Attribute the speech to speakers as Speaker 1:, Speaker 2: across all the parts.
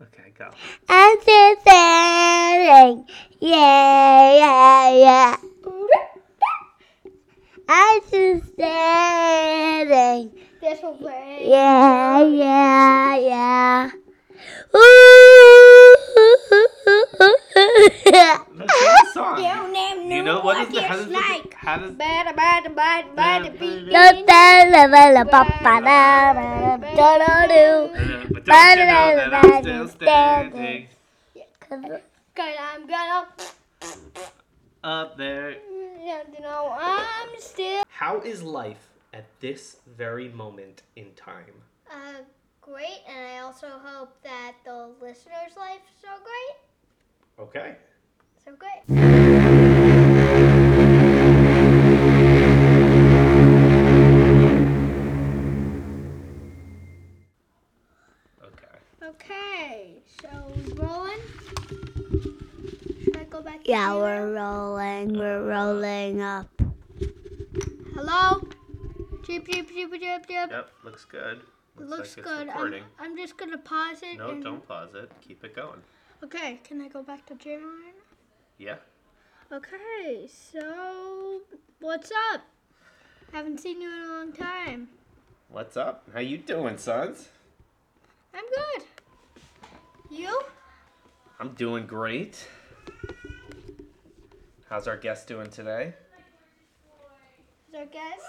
Speaker 1: right, go.
Speaker 2: I'm just sailing. Yeah, yeah, yeah. I'm just sailing.
Speaker 3: This will play.
Speaker 2: Yeah, yeah, yeah. Ooh.
Speaker 1: Let's sing the song.
Speaker 3: Don't name no
Speaker 1: You know what is the how does the
Speaker 3: like.
Speaker 1: how does
Speaker 3: Bada bada bada bada beat.
Speaker 2: Don't tell the little papa da da da da do.
Speaker 1: uh, but don't you know that I'm still standing
Speaker 3: Cause I'm gonna
Speaker 1: up there?
Speaker 3: you know I'm still
Speaker 1: How is life at this very moment in time?
Speaker 3: uh, great, and I also hope that the listeners' life so great,
Speaker 1: Okay.
Speaker 3: so great.
Speaker 1: Okay.
Speaker 3: Okay, so rolling. Should I go back? to
Speaker 2: Yeah,
Speaker 3: zero?
Speaker 2: we're rolling, we're rolling up.
Speaker 3: Hello. Jeep, jeep, jeep, jeep, jeep.
Speaker 1: Yep, looks good.
Speaker 3: Looks
Speaker 1: like
Speaker 3: good.
Speaker 1: It's
Speaker 3: I'm,
Speaker 1: recording.
Speaker 3: I'm just gonna pause it.
Speaker 1: No,
Speaker 3: and,
Speaker 1: don't pause it. Keep it going.
Speaker 3: Okay, can I go back to Jaren?
Speaker 1: Yeah.
Speaker 3: Okay, so what's up? Haven't seen you in a long time.
Speaker 1: What's up? How you doing, sons?
Speaker 3: I'm good. You?
Speaker 1: I'm doing great. How's our guest doing today?
Speaker 3: Is our guest?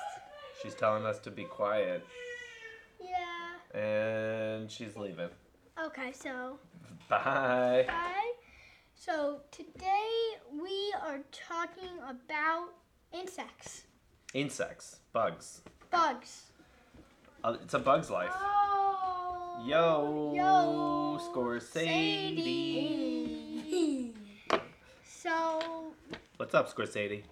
Speaker 1: She's telling us to be quiet,
Speaker 3: Yeah.
Speaker 1: and she's leaving.
Speaker 3: Okay, so
Speaker 1: Bye.
Speaker 3: hi. So today we are talking about insects,
Speaker 1: Insects, bugs.
Speaker 3: bugs.
Speaker 1: Uh, It's a bug's life.
Speaker 3: Oh.
Speaker 1: Yo,
Speaker 3: Yo,
Speaker 1: score Sadie.
Speaker 3: Sadie. so
Speaker 1: What's up, Scorsese?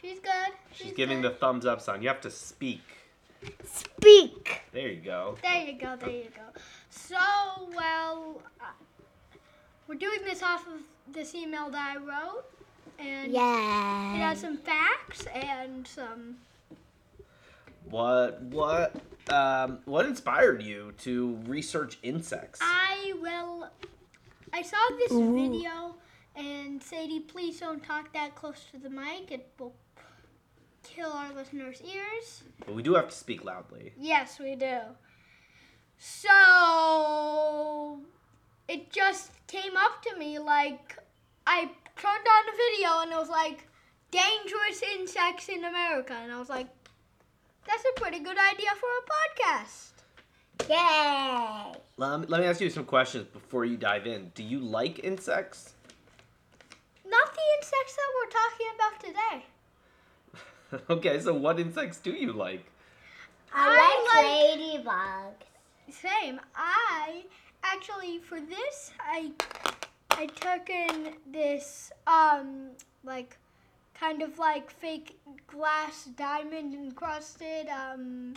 Speaker 3: she's good.
Speaker 1: She's giving the thumbs up sign. You have to speak.
Speaker 2: Speak.
Speaker 1: There you go.
Speaker 3: There you go, there you go. So, well, uh, we're doing this off of this email that I wrote, and it
Speaker 2: Yeah.
Speaker 3: has some facts and some.
Speaker 1: What what um what inspired you to research insects?
Speaker 3: I will. I saw this
Speaker 2: Ooh.
Speaker 3: video, and Sadie, please don't talk that close to the mic. It will kill our listeners' ears.
Speaker 1: But we do have to speak loudly.
Speaker 3: Yes, we do. So it just came up to me like I turned on the video and it was like dangerous insects in America and I was like that's a pretty good idea for a podcast.
Speaker 2: Yay.
Speaker 1: Um, let me ask you some questions before you dive in. Do you like insects?
Speaker 3: Not the insects that we're talking about today.
Speaker 1: okay, so what insects do you like?
Speaker 3: I
Speaker 2: ladybugs.
Speaker 3: Same. I actually for this I I took in this um like kind of like fake glass diamond encrusted um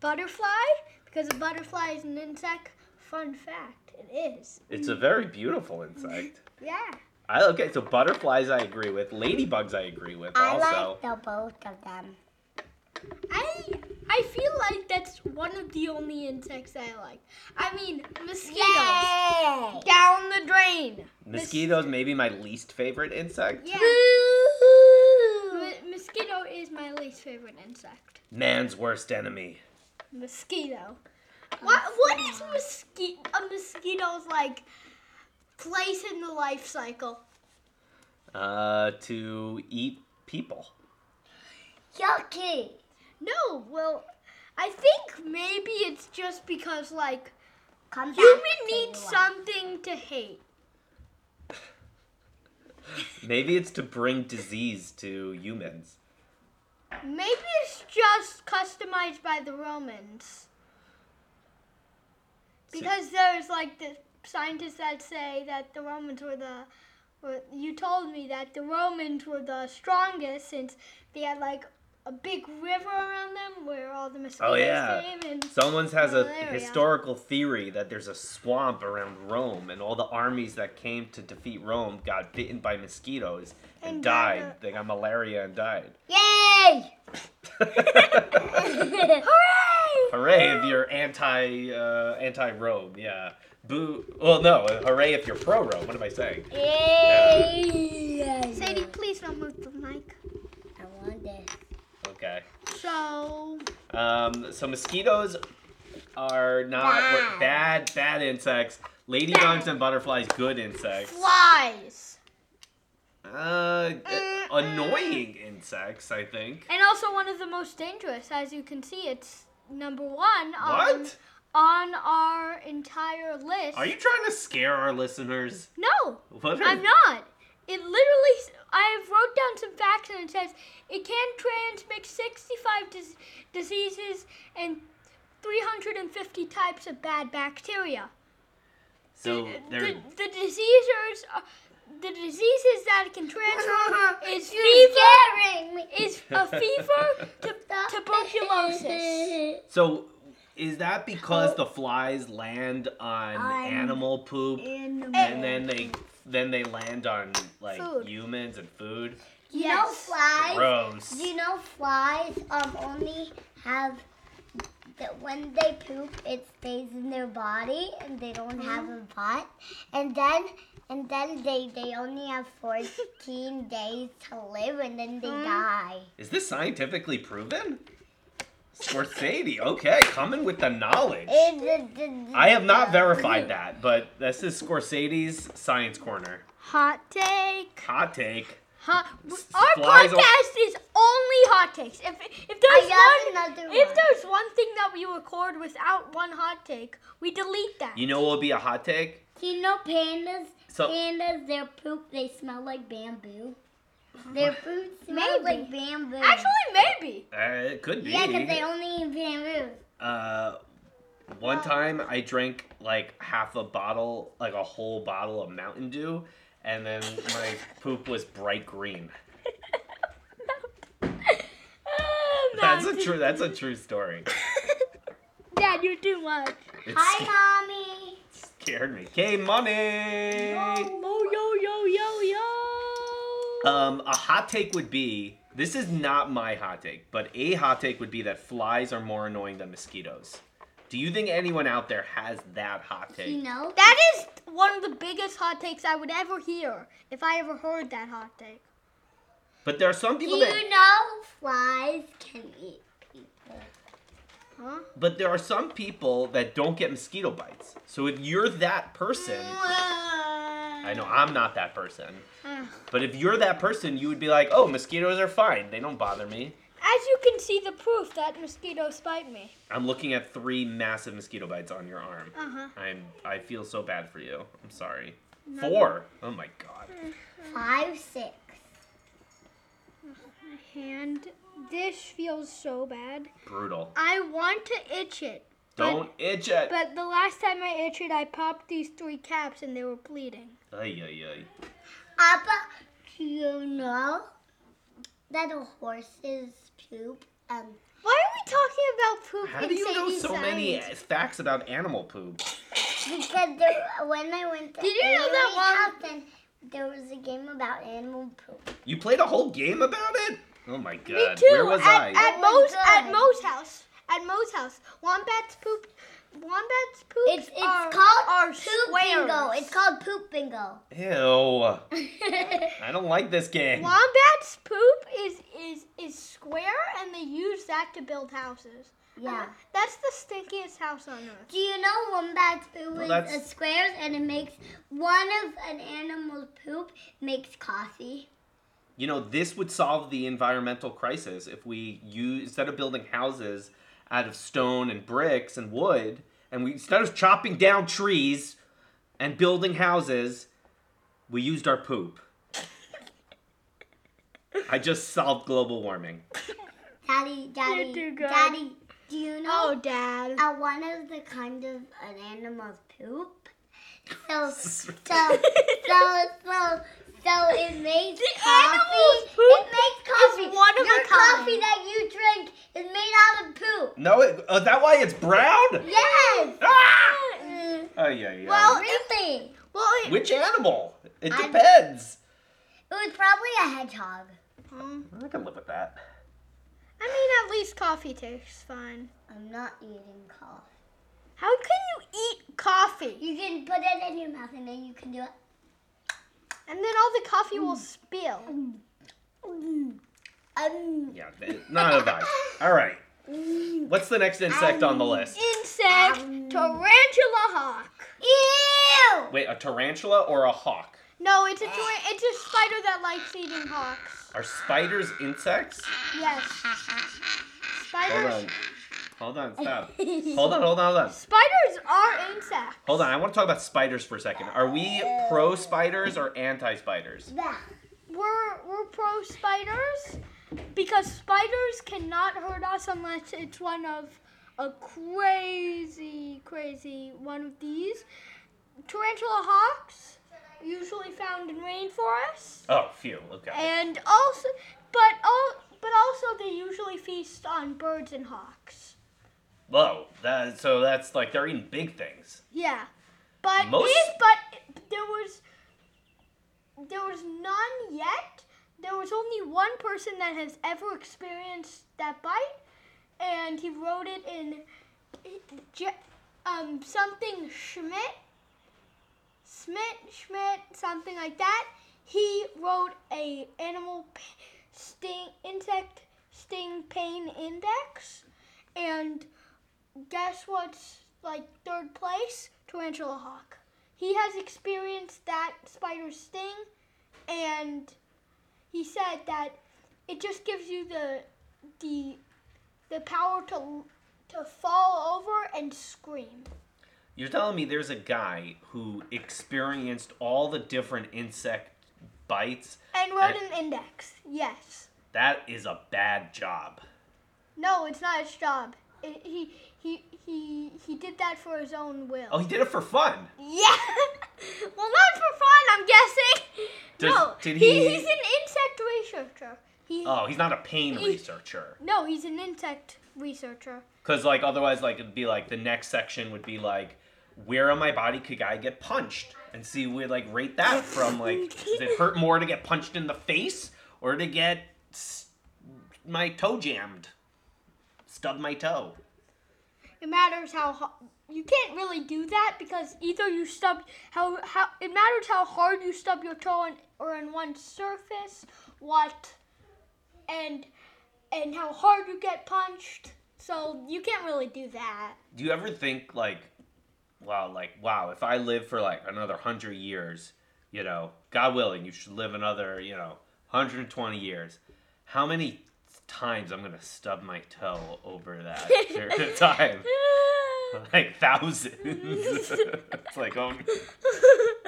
Speaker 3: butterfly because a butterfly is an insect. Fun fact, it is.
Speaker 1: It's a very beautiful insect.
Speaker 3: Yeah.
Speaker 1: I okay, so butterflies I agree with. Ladybugs I agree with
Speaker 2: I
Speaker 1: also.
Speaker 2: like the both of them.
Speaker 3: I I feel like that's one of the only insects I like. I mean mosquitoes.
Speaker 2: Yay.
Speaker 3: Down the drain.
Speaker 1: Mosquitoes may be my least favorite insect.
Speaker 3: Yeah. M- mosquito is my least favorite insect.
Speaker 1: Man's worst enemy.
Speaker 3: Mosquito. What what is mosquito a mosquito's like place in the life cycle?
Speaker 1: Uh to eat people.
Speaker 2: Yucky.
Speaker 3: No, well I think maybe it's just because like
Speaker 2: Come back.
Speaker 3: human
Speaker 2: to
Speaker 3: needs
Speaker 2: you.
Speaker 3: something to hate.
Speaker 1: Maybe it's to bring disease to humans.
Speaker 3: Maybe it's just customized by the Romans. Because there's like the scientists that say that the Romans were the were, you told me that the Romans were the strongest since they had like a big river around them where all the mosquitoes
Speaker 1: Oh, yeah.
Speaker 3: came and
Speaker 1: Someone's has a
Speaker 3: Malaria.
Speaker 1: historical theory that there's a swamp around Rome, and all the armies that came to defeat Rome got bitten by mosquitoes and,
Speaker 3: And died
Speaker 1: died.
Speaker 3: of-
Speaker 1: They got malaria and died.
Speaker 2: Yay.
Speaker 3: Hooray!
Speaker 1: Hooray if you're anti uh, anti Rome. Yeah. Boo. Well, no. Hooray if you're pro Rome. What am I saying?
Speaker 2: Yeah.
Speaker 3: Sadie, please don't move the mic.
Speaker 2: I want this.
Speaker 1: Okay.
Speaker 3: So,
Speaker 1: Um, so mosquitoes are not what- bad bad insects. Ladybugs and butterflies, good insects.
Speaker 3: flies.
Speaker 1: Uh, annoying insects, I think.
Speaker 3: And also one of the most dangerous, as you can see, it's number one on,
Speaker 1: What?
Speaker 3: on our entire list.
Speaker 1: Are you trying to scare our listeners?
Speaker 3: No,
Speaker 1: What are-
Speaker 3: I'm not. It literally, s- I wrote down some facts and it says it can transmit 65 dis- diseases and 350 types of bad bacteria.
Speaker 1: So
Speaker 3: The,
Speaker 1: they're
Speaker 3: the diseases are, the diseases that it can transfer is fever,
Speaker 2: Scaring me.
Speaker 3: is a fever, tu- tuberculosis.
Speaker 1: so. Is that because the flies land on
Speaker 2: On-
Speaker 1: animal poop and then they then they land on like
Speaker 3: Food.
Speaker 1: humans and food?
Speaker 2: you know
Speaker 3: Yes.
Speaker 2: flies.
Speaker 1: Gross.
Speaker 2: You know flies um only have that when they poop it stays in their body and they don't
Speaker 3: Mm-hmm.
Speaker 2: have a butt and then and then they they only have 14 days to live and then
Speaker 3: Mm-hmm.
Speaker 2: they die.
Speaker 1: Is this scientifically proven? Scorsese, okay, coming with the knowledge.
Speaker 2: It- the- the-
Speaker 1: I have not verified that, but this is Scorsese's science corner.
Speaker 3: Hot take.
Speaker 1: Hot take.
Speaker 3: Hot.
Speaker 1: S-
Speaker 3: Our
Speaker 1: flies
Speaker 3: podcast
Speaker 1: on-
Speaker 3: is only hot takes. If if
Speaker 2: I
Speaker 3: there's one,
Speaker 2: got another
Speaker 3: if
Speaker 2: one.
Speaker 3: there's one thing that we record without one hot take, we delete that.
Speaker 1: You know what will be a hot take?
Speaker 2: Do you know pandas?
Speaker 1: So-
Speaker 2: pandas, their poop they smell like bamboo. Their poop smells
Speaker 3: Maybe.
Speaker 2: like bamboo.
Speaker 3: Actually, maybe.
Speaker 1: Uh, it could be.
Speaker 2: yeah, because they only eat bamboo.
Speaker 1: uh,
Speaker 2: Uh.
Speaker 1: one time I drank like half a bottle, like a whole bottle of Mountain Dew, and then my poop was bright green.
Speaker 3: Oh,
Speaker 1: That's a
Speaker 3: Mountain
Speaker 1: true. That's a true story.
Speaker 3: Dad, you're too much.
Speaker 1: It
Speaker 2: Hi, mommy.
Speaker 1: scared me. Okay, money.
Speaker 3: Yo yo Oh, yo yo yo.
Speaker 1: Um, a hot take would be this is not my hot take, but a hot take would be that flies are more annoying than mosquitoes. Do you think anyone out there has that hot take?
Speaker 2: You know?
Speaker 3: That is one of the biggest hot takes I would ever hear if I ever heard that hot take.
Speaker 1: But there are some
Speaker 2: Do
Speaker 1: people that
Speaker 2: you know flies can eat people?
Speaker 3: Huh?
Speaker 1: but there are some people that don't get mosquito bites. So if you're that person, Uh. I know I'm not that person.
Speaker 3: Ugh.
Speaker 1: But if you're that person, you would be like, "Oh, mosquitoes are fine. They don't bother me."
Speaker 3: As you can see, the proof that mosquitoes bite me.
Speaker 1: I'm looking at three massive mosquito bites on your arm.
Speaker 3: Uh huh.
Speaker 1: I'm I feel so bad for you. I'm sorry. Four. Oh my god.
Speaker 2: Five, six.
Speaker 3: hand. This feels so bad.
Speaker 1: Brutal.
Speaker 3: I want to itch it,
Speaker 1: Don't itch it.
Speaker 3: but the last time I itched it, I popped these three caps and they were bleeding.
Speaker 1: Ay, ay, ay.
Speaker 2: Appa, do you know that a horse's poop um, and
Speaker 3: Why are we talking about poop
Speaker 1: How do you know so many facts about animal poop?
Speaker 2: because there, when I went to
Speaker 3: Did you know that
Speaker 2: Avery's house and there was a game about animal poop.
Speaker 1: You played a whole game about it? Oh my god.
Speaker 3: Me too.
Speaker 1: Where was
Speaker 3: at,
Speaker 1: I?
Speaker 3: At
Speaker 2: Oh my
Speaker 3: Mo's, at
Speaker 2: God.
Speaker 3: Mo's house. At Mo's house. Wombats poop. Wombats poop.
Speaker 2: It's it's
Speaker 3: are,
Speaker 2: called
Speaker 3: are
Speaker 2: poop
Speaker 3: squares.
Speaker 2: bingo. It's called poop bingo.
Speaker 1: Ew. I don't like this game.
Speaker 3: Wombats poop is is is square, and they use that to build houses. Uh,
Speaker 2: yeah.
Speaker 3: That's the stinkiest house on earth.
Speaker 2: Do you know wombat's poop
Speaker 1: Well,
Speaker 2: is
Speaker 1: that's-
Speaker 2: a squares and it makes one of an animal's poop makes coffee?
Speaker 1: You know, this would solve the environmental crisis if we use instead of building houses out of stone and bricks and wood, and we instead of chopping down trees and building houses, we used our poop. I just solved global warming.
Speaker 2: Daddy, daddy,
Speaker 3: too good.
Speaker 2: daddy. Do you
Speaker 3: Oh,
Speaker 2: know
Speaker 3: Dad.
Speaker 2: uh, one of the kind of an animal's poop? So, so, so, so, so it makes coffee.
Speaker 3: animal's poop
Speaker 2: it makes
Speaker 3: is
Speaker 2: coffee.
Speaker 3: one of
Speaker 2: Your
Speaker 3: a
Speaker 2: coffee
Speaker 3: kind.
Speaker 2: that you drink is made out of poop.
Speaker 1: No, it, oh, is that why it's brown?
Speaker 2: Yes.
Speaker 1: Ah!
Speaker 2: Mm,
Speaker 1: Oh yeah, yeah.
Speaker 3: Well-
Speaker 2: really?
Speaker 3: Well, it,
Speaker 1: which animal? It
Speaker 2: I-
Speaker 1: depends.
Speaker 2: It was probably a hedgehog.
Speaker 1: I can live with that.
Speaker 3: I mean, at least coffee tastes fine.
Speaker 2: I'm not eating coffee.
Speaker 3: How can you eat coffee?
Speaker 2: You can put it in your mouth and then you can do it.
Speaker 3: And then all the coffee will spill.
Speaker 2: Mm. Um,
Speaker 1: Yeah, th- not a vibe. All right.
Speaker 2: mm.
Speaker 1: What's the next insect on the list?
Speaker 3: Insect,
Speaker 2: Um.
Speaker 3: tarantula hawk.
Speaker 2: Ew!
Speaker 1: Wait, a tarantula or a hawk?
Speaker 3: No, it's a tar- it's a spider that likes eating hawks.
Speaker 1: Are spiders insects?
Speaker 3: Yes.
Speaker 1: Hold
Speaker 3: Spiders.
Speaker 1: on. Hold on, stop. Hold on, hold on, hold on.
Speaker 3: Spiders are insects.
Speaker 1: Hold on, I want to talk about spiders for a second. Are we pro spiders or anti spiders?
Speaker 2: Bah.
Speaker 3: We're we're pro spiders because spiders cannot hurt us unless it's one of a crazy crazy one of these tarantula hawks usually found in rainforests
Speaker 1: Oh, phew, okay.
Speaker 3: and also but all but also they usually feast on birds and hawks.
Speaker 1: Whoa, that, so that's like they're eating big things.
Speaker 3: Yeah, but
Speaker 1: Most-
Speaker 3: these, but there was there was none yet. There was only one person that has ever experienced that bite, and he wrote it in J- um something Schmidt, Schmidt Schmidt something like that. He wrote a animal p- sting insect sting pain index, and guess what's like third place? Tarantula hawk. He has experienced that spider sting, and he said that it just gives you the the the power to to fall over and scream.
Speaker 1: You're telling me there's a guy who experienced all the different insect bites?
Speaker 3: And wrote an index. Yes.
Speaker 1: That is a bad job.
Speaker 3: No, it's not his job. It, he he he he did that for his own will.
Speaker 1: Oh, he did it for fun.
Speaker 3: Yeah. well, not for fun, I'm guessing.
Speaker 1: Does-
Speaker 3: no.
Speaker 1: did he-
Speaker 3: He's an insect researcher. He.
Speaker 1: Oh, he's not a pain researcher.
Speaker 3: No, he's an insect researcher.
Speaker 1: Because like otherwise, like it'd be like the next section would be like, where on my body could I get punched? And see, we would like rate that from like, does it hurt more to get punched in the face or to get s- my toe jammed, stub my toe?
Speaker 3: It matters how ho- you can't really do that because either you stub how how it matters how hard you stub your toe on, or on one surface, what, and and how hard you get punched. So you can't really do that.
Speaker 1: Do you ever think like, wow, like wow, if I live for like another hundred years, you know, God willing, you should live another, you know, hundred and twenty years. How many times I'm gonna stub my toe over that period of time? like thousands. it's like oh,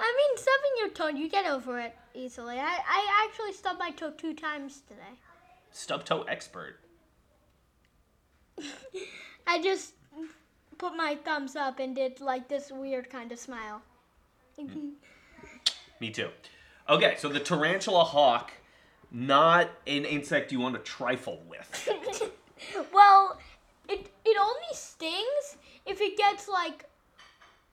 Speaker 3: I mean, stubbing your toe, you get over it easily. I, I actually stubbed my toe two times today.
Speaker 1: stub toe expert.
Speaker 3: I just put my thumbs up and did like this weird kind of smile.
Speaker 1: Me too. Okay, so the tarantula hawk, not an insect you want to trifle with.
Speaker 3: well, it it only stings if it gets like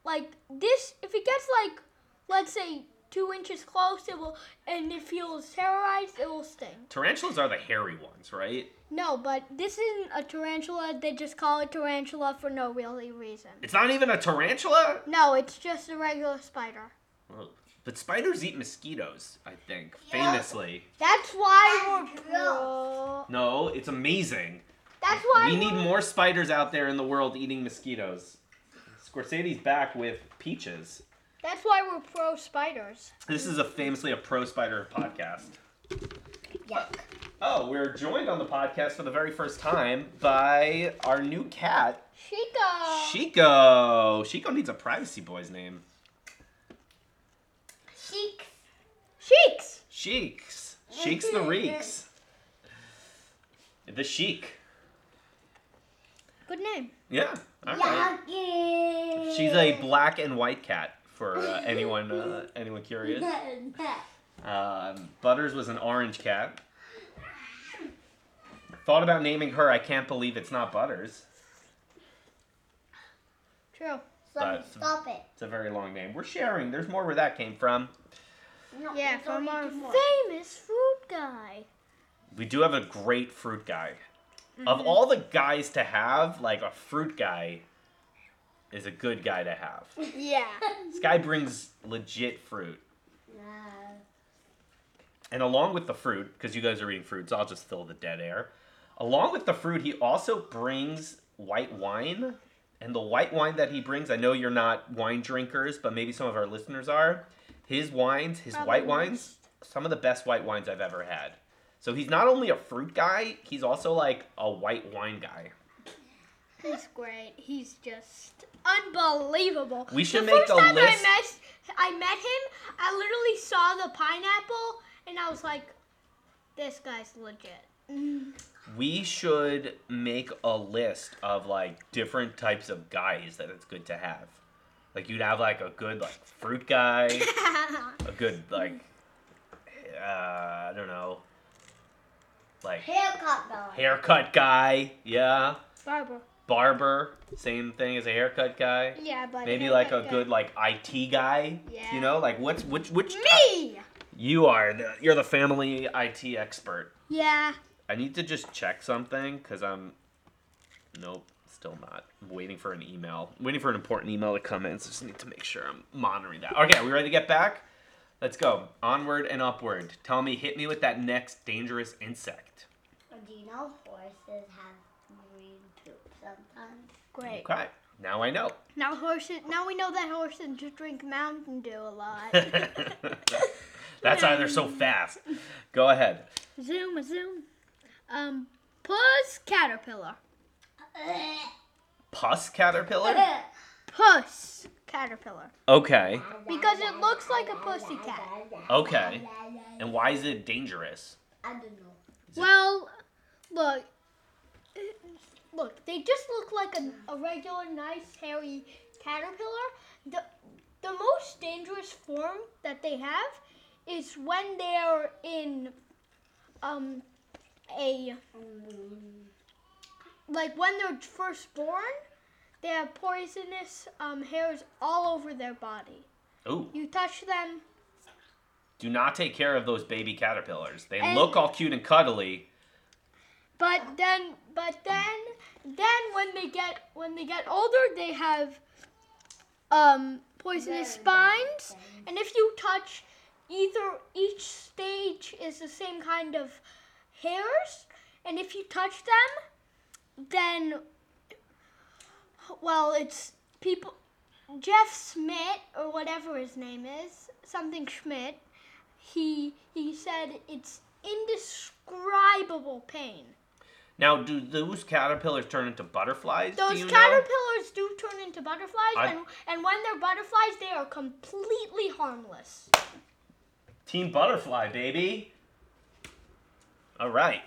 Speaker 3: like this. If it gets like let's say two inches close, it will. And if you're terrorized, it will sting.
Speaker 1: Tarantulas are the hairy ones, right?
Speaker 3: No, but this isn't a tarantula. They just call it tarantula for no really reason.
Speaker 1: It's not even a tarantula.
Speaker 3: No, it's just a regular spider.
Speaker 1: Oh, But spiders eat mosquitoes, I think,
Speaker 2: Yeah.
Speaker 1: famously.
Speaker 3: That's why
Speaker 2: That's
Speaker 3: we're pro.
Speaker 1: No, it's amazing.
Speaker 3: That's why
Speaker 1: We need
Speaker 3: we're-
Speaker 1: more spiders out there in the world eating mosquitoes. Scorsese's back with peaches.
Speaker 3: That's why we're pro spiders.
Speaker 1: This is a famously a pro spider podcast.
Speaker 2: Yuck.
Speaker 1: Oh, we're joined on the podcast for the very first time by our new cat,
Speaker 3: Chico.
Speaker 1: Chico. Chico needs a privacy boy's name.
Speaker 2: Cheeks.
Speaker 3: Cheeks.
Speaker 1: Sheiks. Sheiks the reeks. The chic.
Speaker 3: Good name.
Speaker 1: Yeah. All right.
Speaker 2: Yucky.
Speaker 1: She's a black and white cat for uh, anyone uh, anyone curious. Um, Butters was an orange cat. Thought about naming her. I can't believe it's not Butters.
Speaker 3: True.
Speaker 2: Stop,
Speaker 1: But-
Speaker 2: stop it.
Speaker 1: It's a very long name. We're sharing. There's more where that came from.
Speaker 2: No,
Speaker 3: Yeah,
Speaker 2: don't
Speaker 3: from
Speaker 2: eat
Speaker 3: our
Speaker 2: too much.
Speaker 3: famous food guy.
Speaker 1: We do have a great fruit guy. Of all the guys to have, like a fruit guy is a good guy to have.
Speaker 3: Yeah.
Speaker 1: This guy brings legit fruit.
Speaker 2: No.
Speaker 1: And along with the fruit, because you guys are eating fruits, I'll just fill the dead air. Along with the fruit, he also brings white wine. And the white wine that he brings, I know you're not wine drinkers, but maybe some of our listeners are. His wines, his
Speaker 3: Probably
Speaker 1: white wines, some of the best white wines I've ever had. So he's not only a fruit guy, he's also like a white wine guy.
Speaker 3: He's great. He's just unbelievable.
Speaker 1: We should
Speaker 3: the
Speaker 1: make
Speaker 3: first
Speaker 1: a
Speaker 3: time
Speaker 1: list.
Speaker 3: I met, I met him, I literally saw the pineapple and I was like, this guy's legit.
Speaker 1: We should make a list of like different types of guys that it's good to have. Like you'd have like a good like fruit guy. a good like uh, I don't know, like
Speaker 2: Haircut though.
Speaker 1: haircut guy. Yeah,
Speaker 3: Barbara.
Speaker 1: barber, same thing as a haircut guy.
Speaker 3: Yeah, but
Speaker 1: Maybe
Speaker 3: he'll
Speaker 1: like
Speaker 3: get
Speaker 1: a good like IT guy.
Speaker 3: Yeah.
Speaker 1: You know, like what's which which
Speaker 3: me.
Speaker 1: you are the, you're the family IT expert.
Speaker 3: Yeah.
Speaker 1: I need to just check something because I'm nope. Still not. I'm waiting for an email. I'm waiting for an important email to come in, so just need to make sure I'm monitoring that. Okay, are we ready to get back? Let's go. Onward and upward. Tell me, hit me with that next dangerous insect.
Speaker 2: Oh, Do you know horses have green poop sometimes?
Speaker 3: Great.
Speaker 1: Okay. Now I know.
Speaker 3: Now horses. Now we know that horses drink Mountain Dew a lot.
Speaker 1: That's why they're so fast. Go ahead.
Speaker 3: zoom, zoom. Um, puss caterpillar.
Speaker 1: Pus caterpillar?
Speaker 3: Puss caterpillar.
Speaker 1: Okay.
Speaker 3: Because it looks like a pussycat.
Speaker 1: Okay. And why is it dangerous?
Speaker 2: I don't know.
Speaker 3: Well, look. Look, they just look like a, a regular, nice, hairy caterpillar. The, the most dangerous form that they have is when they're in um, a like when they're first born, they have poisonous um, hairs all over their body.
Speaker 1: Ooh.
Speaker 3: You touch them,
Speaker 1: Do not take care of those baby caterpillars. They
Speaker 3: And-
Speaker 1: look all cute and cuddly.
Speaker 3: but then, but then, then when they get when they get older, they have um, poisonous spines, and if you touch either each stage is the same kind of hairs, and if you touch them, then well, it's people Jeff Schmidt or whatever his name is, something Schmidt. He he said it's indescribable pain.
Speaker 1: Now, do those caterpillars turn into butterflies? do
Speaker 3: Those
Speaker 1: you know?
Speaker 3: caterpillars do turn into butterflies,
Speaker 1: I-
Speaker 3: and and when they're butterflies, they are completely harmless.
Speaker 1: Team butterfly, baby. All right.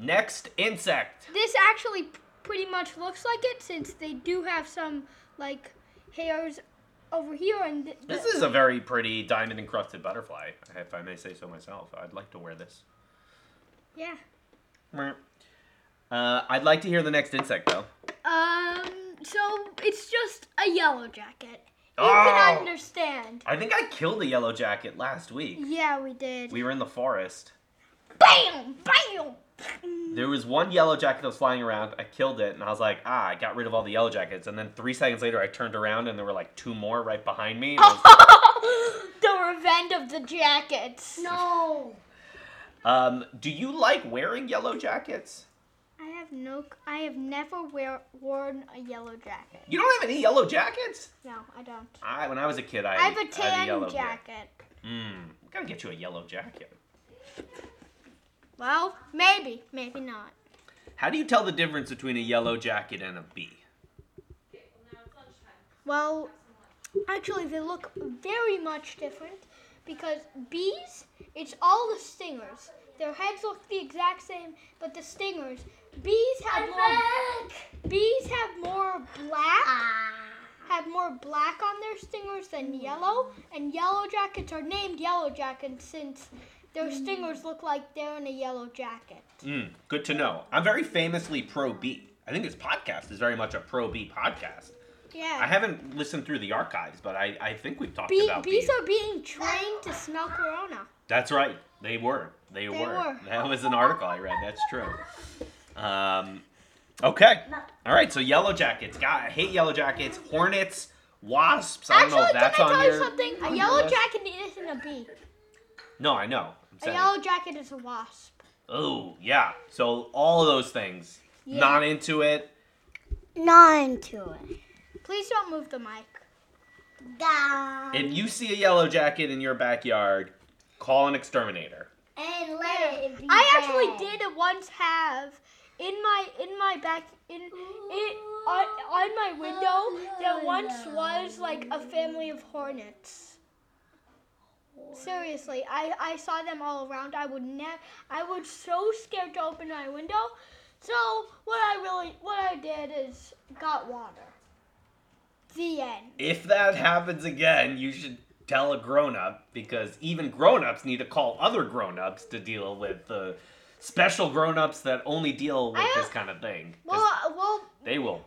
Speaker 1: Next insect.
Speaker 3: This actually p- pretty much looks like it, since they do have some like hairs over here, and th-
Speaker 1: This is a very pretty diamond encrusted butterfly, if I may say so myself. I'd like to wear this.
Speaker 3: yeah.
Speaker 1: Uh, I'd like to hear the next insect, though.
Speaker 3: Um, so it's just a yellow jacket. You
Speaker 1: Oh!
Speaker 3: can understand.
Speaker 1: I think I killed the yellow jacket last week.
Speaker 3: Yeah, we did.
Speaker 1: We were in the forest.
Speaker 3: bam, bam.
Speaker 1: There was one yellow jacket that was flying around. I killed it, and I was like, ah, I got rid of all the yellow jackets. And then three seconds later, I turned around, and there were like two more right behind me. and I was
Speaker 3: the revenge of the jackets.
Speaker 2: No.
Speaker 1: Um, do you like wearing yellow jackets?
Speaker 3: I have no. I have never wear, worn a yellow jacket.
Speaker 1: You don't have any yellow jackets?
Speaker 3: No, I don't.
Speaker 1: I when I was a kid, I,
Speaker 3: I have a
Speaker 1: had
Speaker 3: tan
Speaker 1: yellow ja-
Speaker 3: jacket.
Speaker 1: Mm, we gotta get you a yellow jacket.
Speaker 3: Well, maybe, maybe not.
Speaker 1: How do you tell the difference between a yellow jacket and a bee?
Speaker 3: Well, actually, they look very much different because bees, it's all the stingers. Their heads look the exact same, but the stingers. Bees have more. Bees have more black. Have more black on their stingers than yellow, and yellow jackets are named yellow jackets since their stingers look like they're in a yellow jacket.
Speaker 1: Mm, good to know. I'm very famously pro bee. I think this podcast is very much a pro bee podcast.
Speaker 3: Yeah.
Speaker 1: I haven't listened through the archives, but I, I think we've talked
Speaker 3: Bee,
Speaker 1: about
Speaker 3: bees
Speaker 1: bees.
Speaker 3: are being trained to smell corona.
Speaker 1: That's right. They were. They,
Speaker 3: were.
Speaker 1: That was an article I read. That's true. Um, okay. All right. So yellow jackets. God, I hate yellow jackets. Hornets. Wasps. I don't know if
Speaker 3: Actually,
Speaker 1: that's
Speaker 3: can I
Speaker 1: on
Speaker 3: tell
Speaker 1: your.
Speaker 3: you something?
Speaker 1: on
Speaker 3: A
Speaker 1: your
Speaker 3: yellow
Speaker 1: list.
Speaker 3: jacket isn't a bee.
Speaker 1: No, I know. I'm
Speaker 3: A
Speaker 1: saying.
Speaker 3: yellow jacket is a wasp.
Speaker 1: Oh yeah. So all of those things.
Speaker 3: Yeah.
Speaker 1: Not into it.
Speaker 2: Not into it.
Speaker 3: Please don't move the mic.
Speaker 2: Down.
Speaker 3: Um,
Speaker 1: If you see a yellow jacket in your backyard, call an exterminator.
Speaker 2: and let it be
Speaker 3: I actually
Speaker 2: dead.
Speaker 3: did once have in my in my back in it on, on my window there once was like a family of hornets. Seriously, I, I saw them all around. I would never I was so scared to open my window. So what I really what I did is got water. The end.
Speaker 1: If that happens again, you should tell a grown up because even grown ups need to call other grown ups to deal with the special grown ups that only deal with
Speaker 3: I
Speaker 1: this
Speaker 3: don't-
Speaker 1: kind of thing. 'Cause
Speaker 3: Well, uh, well, Ah,
Speaker 1: they will.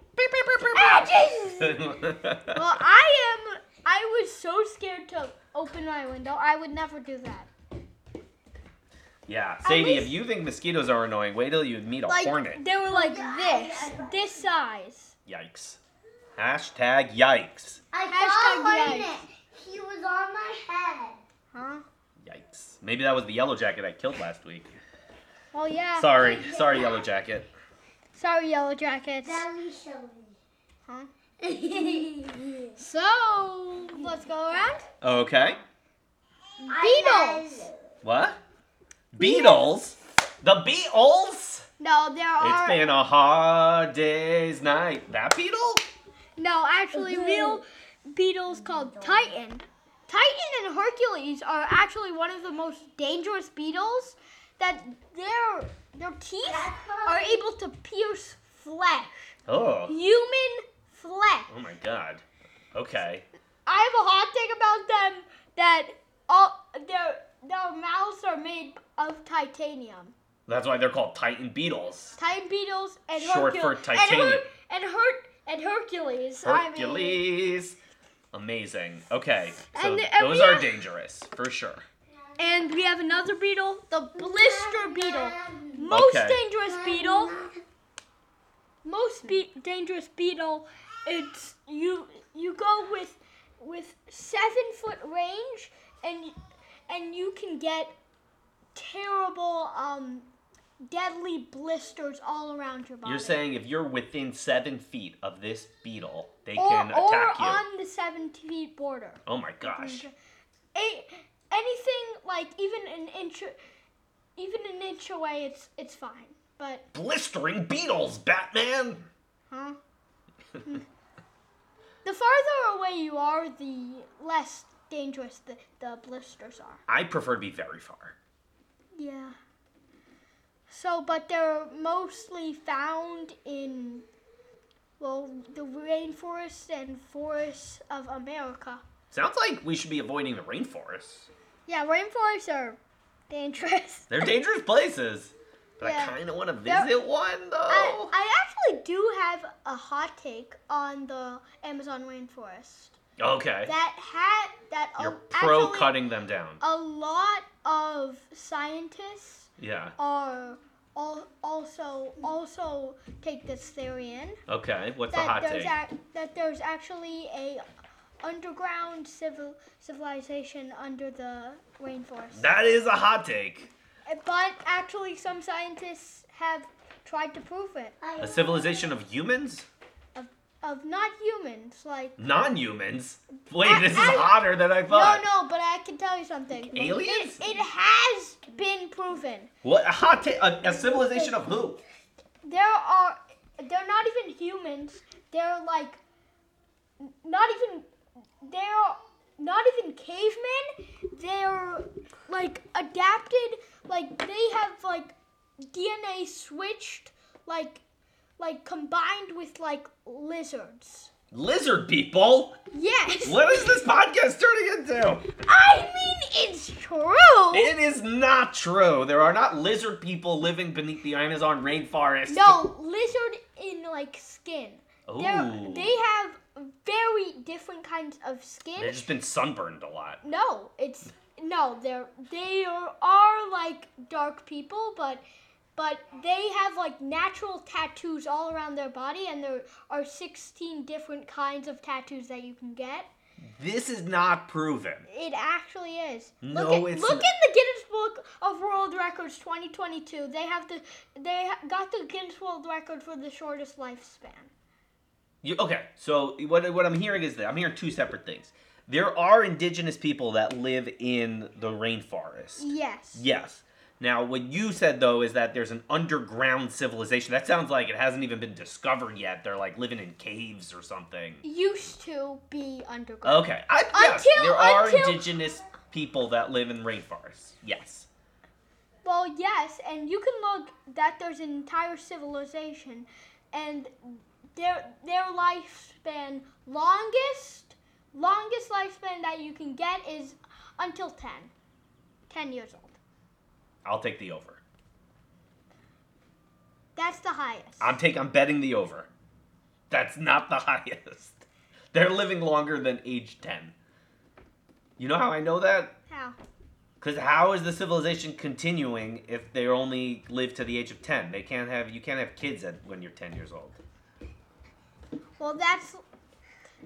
Speaker 3: well, I am. I was so scared to open my window. I would never do that.
Speaker 1: yeah, Sadie, if
Speaker 3: least-
Speaker 1: you think mosquitoes are annoying, wait till you meet a
Speaker 3: Like
Speaker 1: hornet.
Speaker 3: they were like this, this size.
Speaker 1: Yikes. Hashtag yikes.
Speaker 2: I
Speaker 3: Hashtag
Speaker 2: saw one.
Speaker 3: yikes.
Speaker 2: He was on my head.
Speaker 3: Huh?
Speaker 1: Yikes. Maybe that was the yellow jacket I killed last week.
Speaker 3: Well, yeah.
Speaker 1: Sorry. Sorry, yellow jacket.
Speaker 3: Sorry, Yellow Jackets.
Speaker 2: Very silly.
Speaker 3: Huh?
Speaker 2: Beetles.
Speaker 3: So let's go around.
Speaker 1: Okay.
Speaker 3: Beetles.
Speaker 1: What? Beatles? The Beatles?
Speaker 3: No, there
Speaker 1: It's
Speaker 3: are.
Speaker 1: been a hard day's night. That beetle?
Speaker 3: no, actually, real beetles called Titan. Titan and Hercules are actually one of the most dangerous beetles. That their their teeth are able to pierce flesh.
Speaker 1: Oh.
Speaker 3: human flesh.
Speaker 1: Oh my god. Okay.
Speaker 3: I have a hot thing about them that all their their mouths are made of titanium.
Speaker 1: That's why they're called Titan Beetles.
Speaker 3: Titan beetles and
Speaker 1: Short
Speaker 3: Hercu-
Speaker 1: for
Speaker 3: And,
Speaker 1: titanium.
Speaker 3: Her- and Her- and Hercules. I mean,
Speaker 1: Hercules. Amazing. Okay. So
Speaker 3: And- and
Speaker 1: those
Speaker 3: we
Speaker 1: are
Speaker 3: have-
Speaker 1: dangerous, for sure.
Speaker 3: and we have another beetle, the blister beetle, most
Speaker 1: Okay.
Speaker 3: dangerous beetle. Most be- dangerous beetle. It's you. You go with with seven foot range, and and you can get terrible, um, deadly blisters all around your body.
Speaker 1: You're saying if you're within seven feet of this beetle, they
Speaker 3: or,
Speaker 1: can
Speaker 3: or
Speaker 1: attack you.
Speaker 3: on the seven feet border.
Speaker 1: Oh my gosh.
Speaker 3: A- anything like even an inch, even an inch away, it's it's fine. But
Speaker 1: Blistering beetles, Batman!
Speaker 3: Huh? Hmm. the farther away you are, the less dangerous the, the blisters are.
Speaker 1: I prefer to be very far.
Speaker 3: Yeah. So, but they're mostly found in, well, the rainforests and forests of America.
Speaker 1: Sounds like we should be avoiding the rainforest.
Speaker 3: Yeah, rainforests are dangerous.
Speaker 1: They're dangerous places. But
Speaker 3: Yeah.
Speaker 1: I kind of want to
Speaker 3: They're-
Speaker 1: visit one though.
Speaker 3: I, I actually do have a hot take on the Amazon rainforest.
Speaker 1: okay.
Speaker 3: That had that
Speaker 1: You're
Speaker 3: um,
Speaker 1: pro
Speaker 3: actually-
Speaker 1: cutting them down.
Speaker 3: a lot of scientists
Speaker 1: Yeah.
Speaker 3: are al- also also take this theory in
Speaker 1: Okay. What's the
Speaker 3: that
Speaker 1: hot
Speaker 3: there's
Speaker 1: take?
Speaker 3: ac that there's actually a underground civil civilization under the rainforest. Eh,
Speaker 1: That is a hot take.
Speaker 3: but actually, some scientists have tried to prove it
Speaker 1: A civilization of humans?
Speaker 3: of not humans. Like
Speaker 1: Non humans? Wait,
Speaker 3: I-
Speaker 1: this is
Speaker 3: I-
Speaker 1: hotter than I thought.
Speaker 3: no, no. But I can tell you something.
Speaker 1: Aliens?
Speaker 3: It, it has been proven.
Speaker 1: What? A hot take? A, a civilization of who?
Speaker 3: there are they're not even humans they're like n- not even they're not even cavemen they're like adapted like they have like dna switched like like combined with like lizards
Speaker 1: Lizard people?
Speaker 3: yes
Speaker 1: What is this podcast turning into?
Speaker 3: i mean it's true
Speaker 1: It is not true. There are not lizard people living beneath the Amazon rainforest.
Speaker 3: no lizard in like skin They're,
Speaker 1: Ooh.
Speaker 3: they have very different kinds of skin.
Speaker 1: They've just been sunburned a lot.
Speaker 3: No, it's no. They're they are, are like dark people, but but they have like natural tattoos all around their body, and there are sixteen different kinds of tattoos that you can get.
Speaker 1: This is not proven.
Speaker 3: It actually is. look
Speaker 1: No,
Speaker 3: at,
Speaker 1: it's
Speaker 3: look
Speaker 1: not.
Speaker 3: in the Guinness Book of World Records 2022. They have the they ha- got the Guinness World Record for the shortest lifespan.
Speaker 1: You, okay, so what what I'm hearing is that I'm hearing two separate things. There are indigenous people that live in the rainforest.
Speaker 3: Yes.
Speaker 1: Yes. Now, what you said though is that there's an underground civilization. That sounds like it hasn't even been discovered yet. They're like living in caves or something.
Speaker 3: Used to be underground.
Speaker 1: Okay. I, yes,
Speaker 3: Until-
Speaker 1: there are
Speaker 3: until-
Speaker 1: indigenous people that live in rainforests. Yes.
Speaker 3: Well, yes, and you can look that there's an entire civilization, and their their lifespan longest longest lifespan that you can get is until 10, 10 years old.
Speaker 1: I'll take the over.
Speaker 3: That's the highest.
Speaker 1: I'm take I'm betting the over. That's not the highest. They're living longer than age 10. You know how I know that?
Speaker 3: How?
Speaker 1: Cuz how is the civilization continuing if they only live to the age of 10? They can't have you can't have kids at, when you're 10 years old.
Speaker 3: Well, that's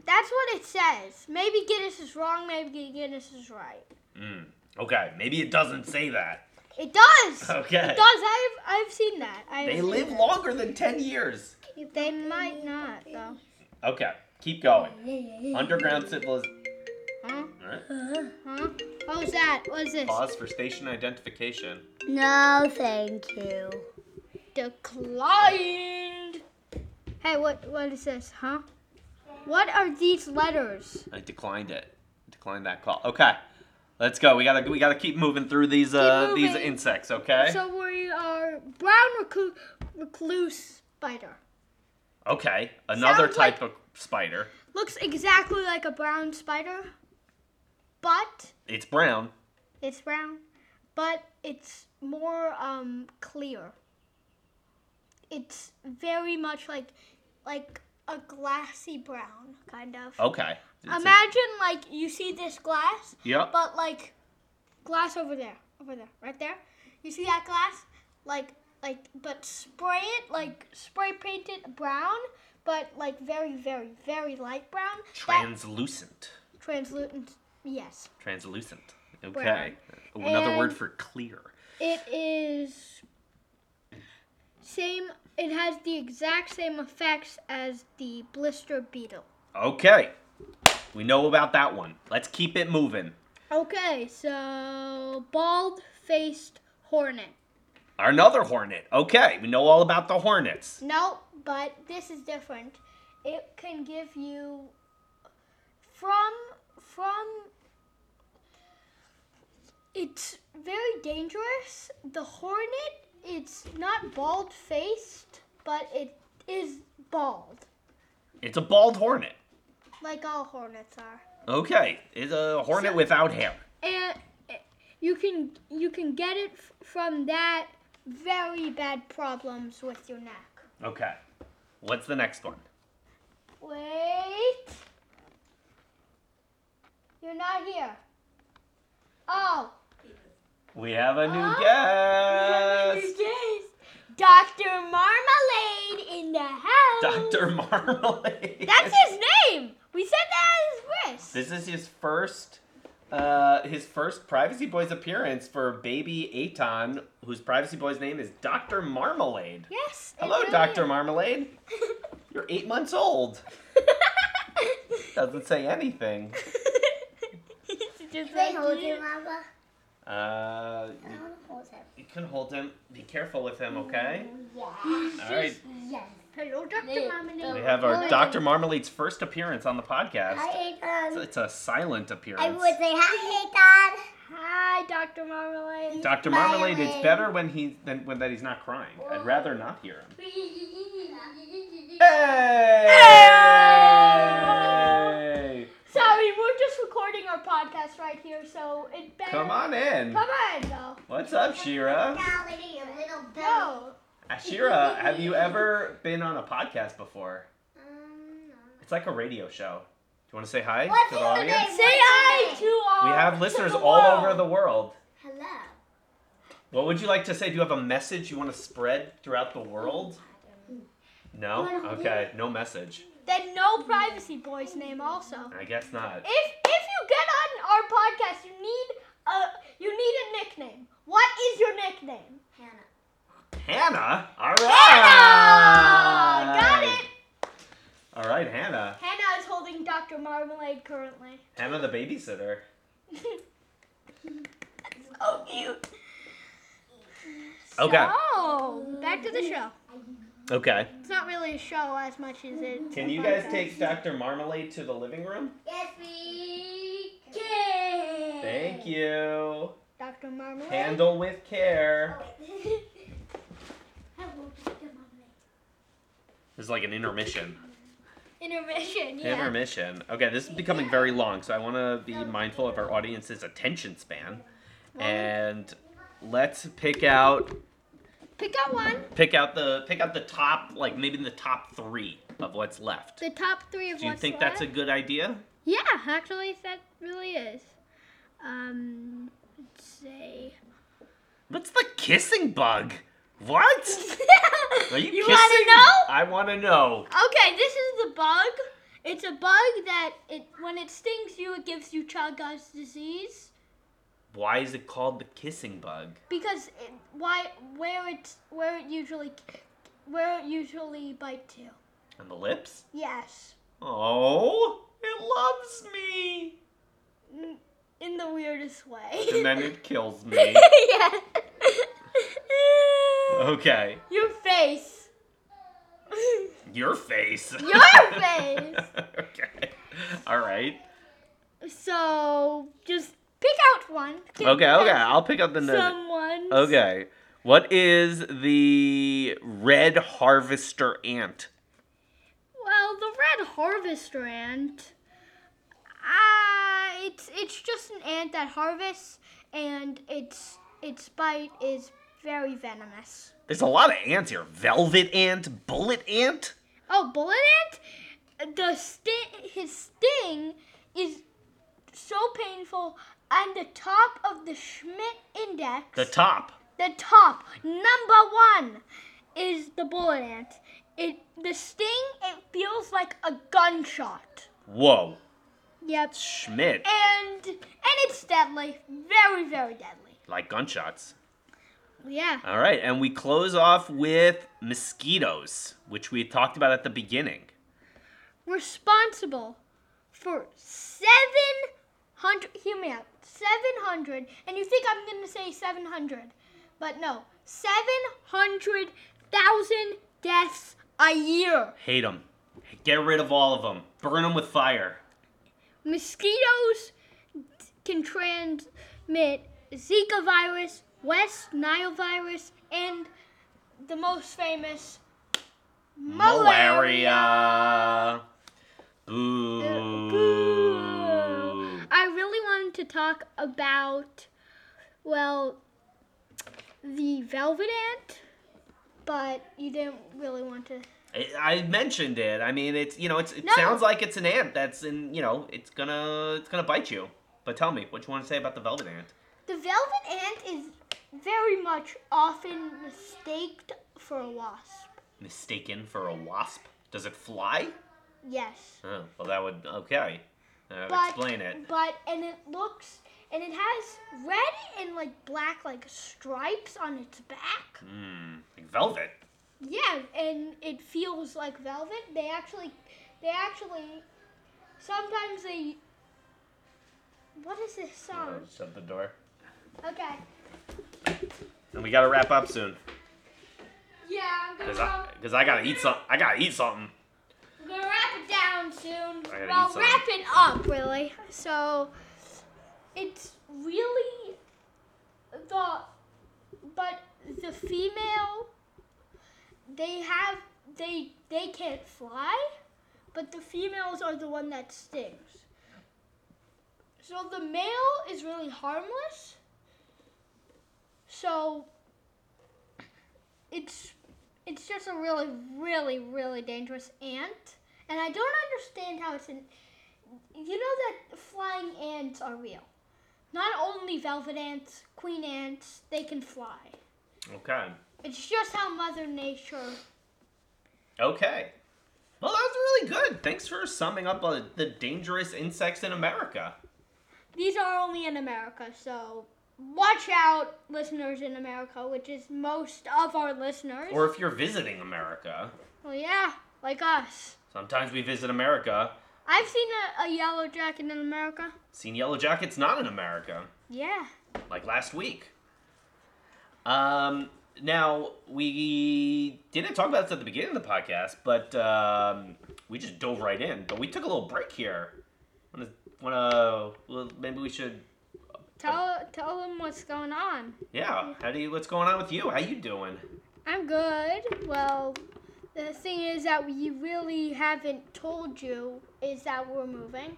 Speaker 3: that's what it says. Maybe Guinness is wrong. Maybe Guinness is right.
Speaker 1: Mm. Okay, maybe it doesn't say that.
Speaker 3: It does.
Speaker 1: Okay.
Speaker 3: It does. I've I've seen that. I've
Speaker 1: They
Speaker 3: seen
Speaker 1: live
Speaker 3: that.
Speaker 1: longer than 10 years.
Speaker 3: They might not though.
Speaker 1: Okay, keep going. Underground civilization.
Speaker 3: Huh? Huh? What was that? What is this?
Speaker 1: Pause for station identification.
Speaker 2: No, thank you.
Speaker 3: Declined. Hey, what what is this? Huh? What are these letters?
Speaker 1: I declined it. Declined that call. Okay. Let's go. We gotta we gotta keep moving through these uh these
Speaker 3: moving.
Speaker 1: insects, okay?
Speaker 3: So we are brown recu- recluse spider.
Speaker 1: okay. Another
Speaker 3: Sounds
Speaker 1: type of spider.
Speaker 3: Looks exactly like a brown spider, but
Speaker 1: It's brown.
Speaker 3: It's brown, but it's more um clear. It's very much like like a glassy brown kind of.
Speaker 1: Okay. Oh, It's a-
Speaker 3: Imagine like you see this glass,
Speaker 1: yep.
Speaker 3: but like glass over there, over there, right there. You see that glass? Like like but spray it like spray painted brown, but like very very very light brown. That
Speaker 1: Translucent.
Speaker 3: translucent. Yes.
Speaker 1: Translucent. Okay.
Speaker 3: Brown.
Speaker 1: Another word
Speaker 3: And-
Speaker 1: for clear.
Speaker 3: It is same. It has the exact same effects as the blister beetle.
Speaker 1: Okay. We know about that one. Let's keep it moving.
Speaker 3: Okay, so bald-faced hornet.
Speaker 1: Another hornet. Okay. We know all about the hornets.
Speaker 3: No, but this is different. It can give you from from it's very dangerous. The hornet, it's not bald-faced, but it is bald.
Speaker 1: It's a bald hornet.
Speaker 3: like all hornets are.
Speaker 1: Okay. It's a hornet without hair.
Speaker 3: And uh, you can you can get it f- from that very bad problems with your neck.
Speaker 1: Okay. What's the next one?
Speaker 3: Wait. You're not here. Oh.
Speaker 1: We have a new
Speaker 3: Oh,
Speaker 1: guest.
Speaker 3: Yes. Dr. Marmalade in the house.
Speaker 1: Dr. Marmalade.
Speaker 3: That's his name. We said that on his wrist.
Speaker 1: This is his first uh his first Privacy Boys appearance for baby Aton, whose Privacy Boy's name is Dr. Marmalade.
Speaker 3: yes. it
Speaker 1: Hello,
Speaker 3: really
Speaker 1: Dr.
Speaker 3: is.
Speaker 1: Marmalade. You're 8 months old. Doesn't say anything.
Speaker 3: It's
Speaker 2: Can
Speaker 3: just
Speaker 2: I
Speaker 3: like
Speaker 2: hold
Speaker 3: you.
Speaker 2: him, Mama?
Speaker 1: Uh
Speaker 2: I
Speaker 1: you-
Speaker 2: want to hold him.
Speaker 1: you can hold him. Be careful with him, okay?
Speaker 2: Yeah.
Speaker 1: All right.
Speaker 2: Yes.
Speaker 3: Hello, Dr.
Speaker 2: They-
Speaker 3: Marmalade.
Speaker 1: We have our Dr. Marmalade's first appearance on the podcast.
Speaker 2: Hi,
Speaker 1: It's
Speaker 2: Aiden.
Speaker 1: it's a silent appearance.
Speaker 2: um, I would say hi, Aiden.
Speaker 3: Hi, Dr. Marmalade.
Speaker 1: Dr.
Speaker 2: By the
Speaker 1: Marmalade, it's
Speaker 2: way-
Speaker 1: better when he than when that he's not crying. I'd rather not hear him. Hey!
Speaker 3: Sorry, we're just recording our podcast right here, so it better.
Speaker 1: Come on in.
Speaker 3: Come on, though.
Speaker 1: What's up, Shira? Uh,
Speaker 2: Now, look at your little belly.
Speaker 3: No.
Speaker 1: Shira, have you ever been on a podcast before?
Speaker 2: Um, no.
Speaker 1: It's It's like a radio show. Do you want to say hi
Speaker 2: What's
Speaker 1: to the
Speaker 2: your
Speaker 1: audience?
Speaker 2: name?
Speaker 3: Say hi to all.
Speaker 1: We have listeners
Speaker 3: to the
Speaker 1: all
Speaker 3: world.
Speaker 1: over the world.
Speaker 2: Hello.
Speaker 1: What would you like to say? Do you have a message you want to spread throughout the world? No? Okay, no message.
Speaker 3: Then no privacy boy's name also.
Speaker 1: I guess not.
Speaker 3: If if you get on our podcast, you need a you need a nickname. What is your nickname?
Speaker 2: Hannah.
Speaker 1: Hannah? All right.
Speaker 3: Hannah! Got it.
Speaker 1: All right, Hannah.
Speaker 3: Hannah is holding Dr. Marmalade currently.
Speaker 1: Hannah the babysitter.
Speaker 3: Oh cute.
Speaker 1: Okay.
Speaker 3: Oh, back to the show.
Speaker 1: Okay.
Speaker 3: It's not really a show as much as it.
Speaker 1: Can you guys take Dr. Marmalade to the living room?
Speaker 2: Yes, we can.
Speaker 1: Thank you.
Speaker 3: Dr. Marmalade?
Speaker 1: Handle with care. There's like an intermission.
Speaker 3: Intermission. Yeah.
Speaker 1: Intermission. Okay, this is becoming very long, so I want to be mindful of our audience's attention span, and let's pick out
Speaker 3: Pick out one.
Speaker 1: pick out the pick out the top like maybe the top three of what's left.
Speaker 3: The top three of
Speaker 1: Do you
Speaker 3: what's
Speaker 1: think
Speaker 3: left.
Speaker 1: that's a good idea?
Speaker 3: Yeah, actually, that really is. Um, let's say.
Speaker 1: What's the kissing bug? What? Are you, kissing?
Speaker 3: wanna know?
Speaker 1: I want to know.
Speaker 3: Okay, this is the bug. It's a bug that it when it stings you, it gives you Chagas disease
Speaker 1: Why is it called the kissing bug?
Speaker 3: because it, why where it's where it usually where it usually bites you.
Speaker 1: On the lips?
Speaker 3: Yes,
Speaker 1: Oh, it loves me.
Speaker 3: Mm, in the weirdest way.
Speaker 1: And then it kills me.
Speaker 3: yeah.
Speaker 1: Okay.
Speaker 3: Your face.
Speaker 1: Your face.
Speaker 3: Your face.
Speaker 1: okay. All right.
Speaker 3: so just pick out one.
Speaker 1: Okay, okay. I'll pick up the note.
Speaker 3: Someone.
Speaker 1: Okay. What is the red harvester ant?
Speaker 3: Well, the red harvester ant. Ah, it's it's just an ant that harvests, and its its bite is very venomous.
Speaker 1: There's a lot of ants here. Velvet ant, bullet ant.
Speaker 3: Oh, bullet ant! The sti- his sting is so painful, and the top of the Schmidt index,
Speaker 1: The top.
Speaker 3: the top number one, is the bullet ant. It the sting it feels like a gunshot.
Speaker 1: Whoa.
Speaker 3: Yep.
Speaker 1: Schmidt.
Speaker 3: and and it's deadly, very very deadly.
Speaker 1: Like gunshots.
Speaker 3: Yeah.
Speaker 1: All right, and we close off with mosquitoes, which we had talked about at the beginning.
Speaker 3: Responsible for seven hundred. Hear me out. Seven hundred, and you think I'm gonna say seven hundred, but no, seven hundred thousand deaths a year.
Speaker 1: Hate them. Get rid of all of them. Burn them with fire.
Speaker 3: Mosquitoes can transmit Zika virus, West Nile virus, and the most famous
Speaker 1: Malaria. Boo.
Speaker 3: Boo. I really wanted to talk about, well, the velvet ant, but you didn't really want to.
Speaker 1: I I mentioned it. I mean, it's you know, it's, it
Speaker 3: No.
Speaker 1: sounds like it's an ant that's in you know, it's gonna it's gonna bite you. But tell me, what you want to say about the velvet ant?
Speaker 3: The velvet ant is very much often mistaked for a wasp.
Speaker 1: Mistaken for a wasp? Does it fly?
Speaker 3: Yes.
Speaker 1: Oh, well, that would okay. That would
Speaker 3: But,
Speaker 1: explain it.
Speaker 3: But, and it looks, and it has red and like black, like stripes on its back.
Speaker 1: Mm, like velvet.
Speaker 3: Yeah, and it feels like velvet. They actually, they actually, sometimes they. What is this
Speaker 1: Oh,
Speaker 3: sound?
Speaker 1: shut the door.
Speaker 3: Okay.
Speaker 1: And we gotta wrap up soon,
Speaker 3: Yeah, I'm gonna,
Speaker 1: cause
Speaker 3: go,
Speaker 1: I, cause I gotta eat some. I gotta eat something.
Speaker 3: we're gonna wrap it down soon.
Speaker 1: gotta eat
Speaker 3: Well,
Speaker 1: something.
Speaker 3: wrap it up really. So, it's really the, but the female. They have they they can't fly. but the females are the one that stings. So the male is really harmless. So it's it's just a really really really dangerous ant and I don't understand how it's in. You know that flying ants are real. Not only velvet ants, queen ants, they can fly.
Speaker 1: Okay.
Speaker 3: It's just how Mother Nature.
Speaker 1: Okay. Well, that was really good. Thanks for summing up uh, the dangerous insects in America.
Speaker 3: These are only in America, so watch out, listeners in America, which is most of our listeners.
Speaker 1: Or if you're visiting America,
Speaker 3: well, yeah, like us.
Speaker 1: sometimes we visit America.
Speaker 3: I've seen a, a yellow jacket in America.
Speaker 1: Seen yellow jackets not in America,
Speaker 3: Yeah.
Speaker 1: like last week. Um, now we didn't talk about this at the beginning of the podcast, but um, we just dove right in. But we took a little break here. Wanna, wanna? Well, maybe we should.
Speaker 3: Tell tell them what's going on.
Speaker 1: Yeah. How do you? What's going on with you? How you doing?
Speaker 3: I'm good. Well, the thing is that we really haven't told you is that we're moving,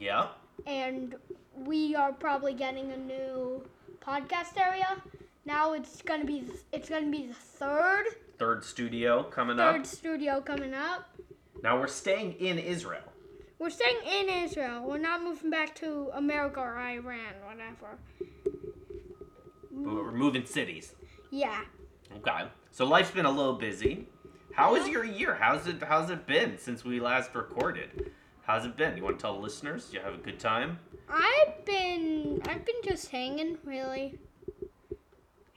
Speaker 1: Yeah.
Speaker 3: and we are probably getting a new podcast area. Now it's gonna be it's gonna be the third
Speaker 1: Third studio coming up.
Speaker 3: third studio coming up.
Speaker 1: Now we're staying in Israel.
Speaker 3: We're staying in Israel. We're not moving back to America or Iran, whatever.
Speaker 1: but We're moving cities.
Speaker 3: Yeah.
Speaker 1: Okay. So life's been a little busy. How is
Speaker 3: Yeah.
Speaker 1: your year? How's it how's it been since we last recorded? How's it been? You want to tell the listeners? You have a good time?
Speaker 3: I've been I've been just hanging, really.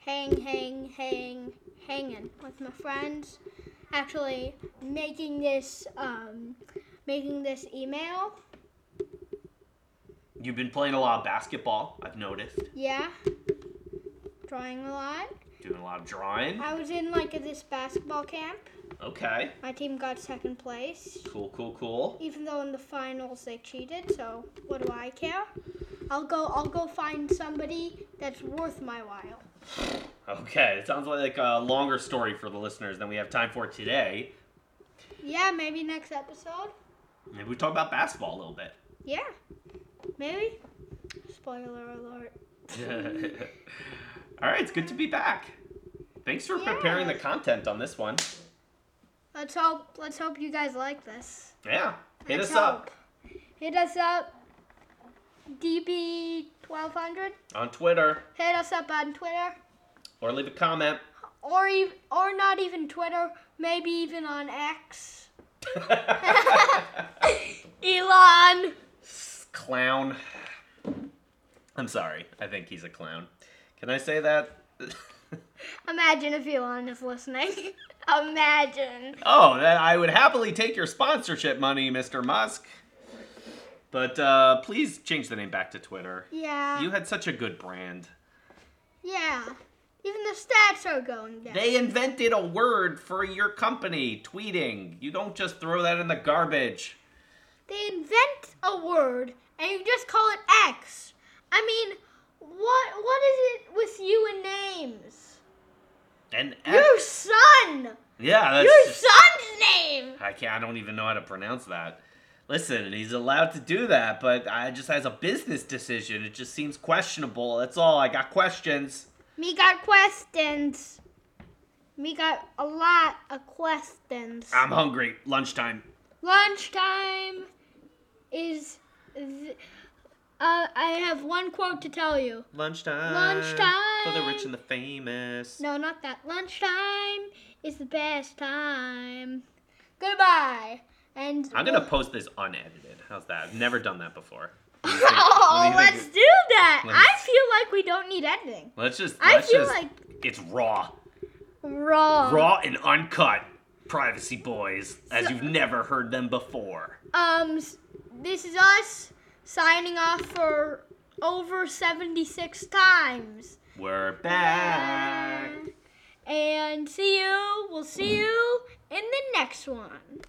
Speaker 3: Hang, hang, hang, hanging with my friends. Actually, making this um, making this email.
Speaker 1: You've been playing a lot of basketball, I've noticed.
Speaker 3: Yeah. Drawing a lot.
Speaker 1: Doing a lot of drawing.
Speaker 3: I was in like this basketball camp.
Speaker 1: Okay.
Speaker 3: My team got second place,
Speaker 1: Cool, cool, cool.
Speaker 3: even though in the finals they cheated. So what do I care? I'll go. I'll go find somebody that's worth my while.
Speaker 1: Okay. It sounds like a longer story for the listeners than we have time for today.
Speaker 3: Yeah, maybe next episode.
Speaker 1: Maybe we talk about basketball a little bit.
Speaker 3: Yeah, maybe. Spoiler alert.
Speaker 1: All right, it's good to be back. Thanks for preparing the
Speaker 3: Yeah.
Speaker 1: content on this one.
Speaker 3: Let's hope. Let's hope you guys like this.
Speaker 1: Yeah, hit
Speaker 3: Let's
Speaker 1: us up
Speaker 3: hope. Hit us up. DB twelve hundred.
Speaker 1: on Twitter
Speaker 3: Hit us up on Twitter,
Speaker 1: or leave a comment.
Speaker 3: or ev- or not even Twitter. Maybe even on X. Elon.
Speaker 1: clown. I'm sorry. I think he's a clown. Can I say that?
Speaker 3: Imagine if Elon is listening. Imagine.
Speaker 1: oh, that I would happily take your sponsorship money, Mr. Musk. But uh, please change the name back to Twitter.
Speaker 3: Yeah.
Speaker 1: You had such a good brand.
Speaker 3: yeah. Even the stats are going down.
Speaker 1: They invented a word for your company, tweeting. You don't just throw that in the garbage.
Speaker 3: They invent a word and you just call it X. I mean, what what is it with you and names?
Speaker 1: And
Speaker 3: Your son.
Speaker 1: yeah, that's
Speaker 3: Your
Speaker 1: just-
Speaker 3: son's name.
Speaker 1: I can't. I don't even know how to pronounce that. Listen, he's allowed to do that, but I just as a business decision, it just seems questionable. That's all. I got questions.
Speaker 3: Me got questions. Me got a lot of questions.
Speaker 1: I'm hungry. Lunchtime.
Speaker 3: Lunchtime is. Th- uh, I have one quote to tell you.
Speaker 1: Lunchtime.
Speaker 3: Lunchtime.
Speaker 1: for the rich and the famous.
Speaker 3: No, not that. Lunchtime is the best time. Goodbye. And
Speaker 1: I'm gonna post this unedited. How's that? I've never done that before. What do you think-
Speaker 3: oh,
Speaker 1: what do you
Speaker 3: let's
Speaker 1: think?
Speaker 3: do that.
Speaker 1: Let's-
Speaker 3: I feel like we don't need editing.
Speaker 1: Let's just.
Speaker 3: I
Speaker 1: Let's
Speaker 3: feel
Speaker 1: just,
Speaker 3: like
Speaker 1: it's raw,
Speaker 3: raw.
Speaker 1: raw and uncut. Privacy boys, as you've never heard them before.
Speaker 3: Um, s- this is us signing off for over 76 times.
Speaker 1: We're back.
Speaker 3: And see you. We'll see you in the next one.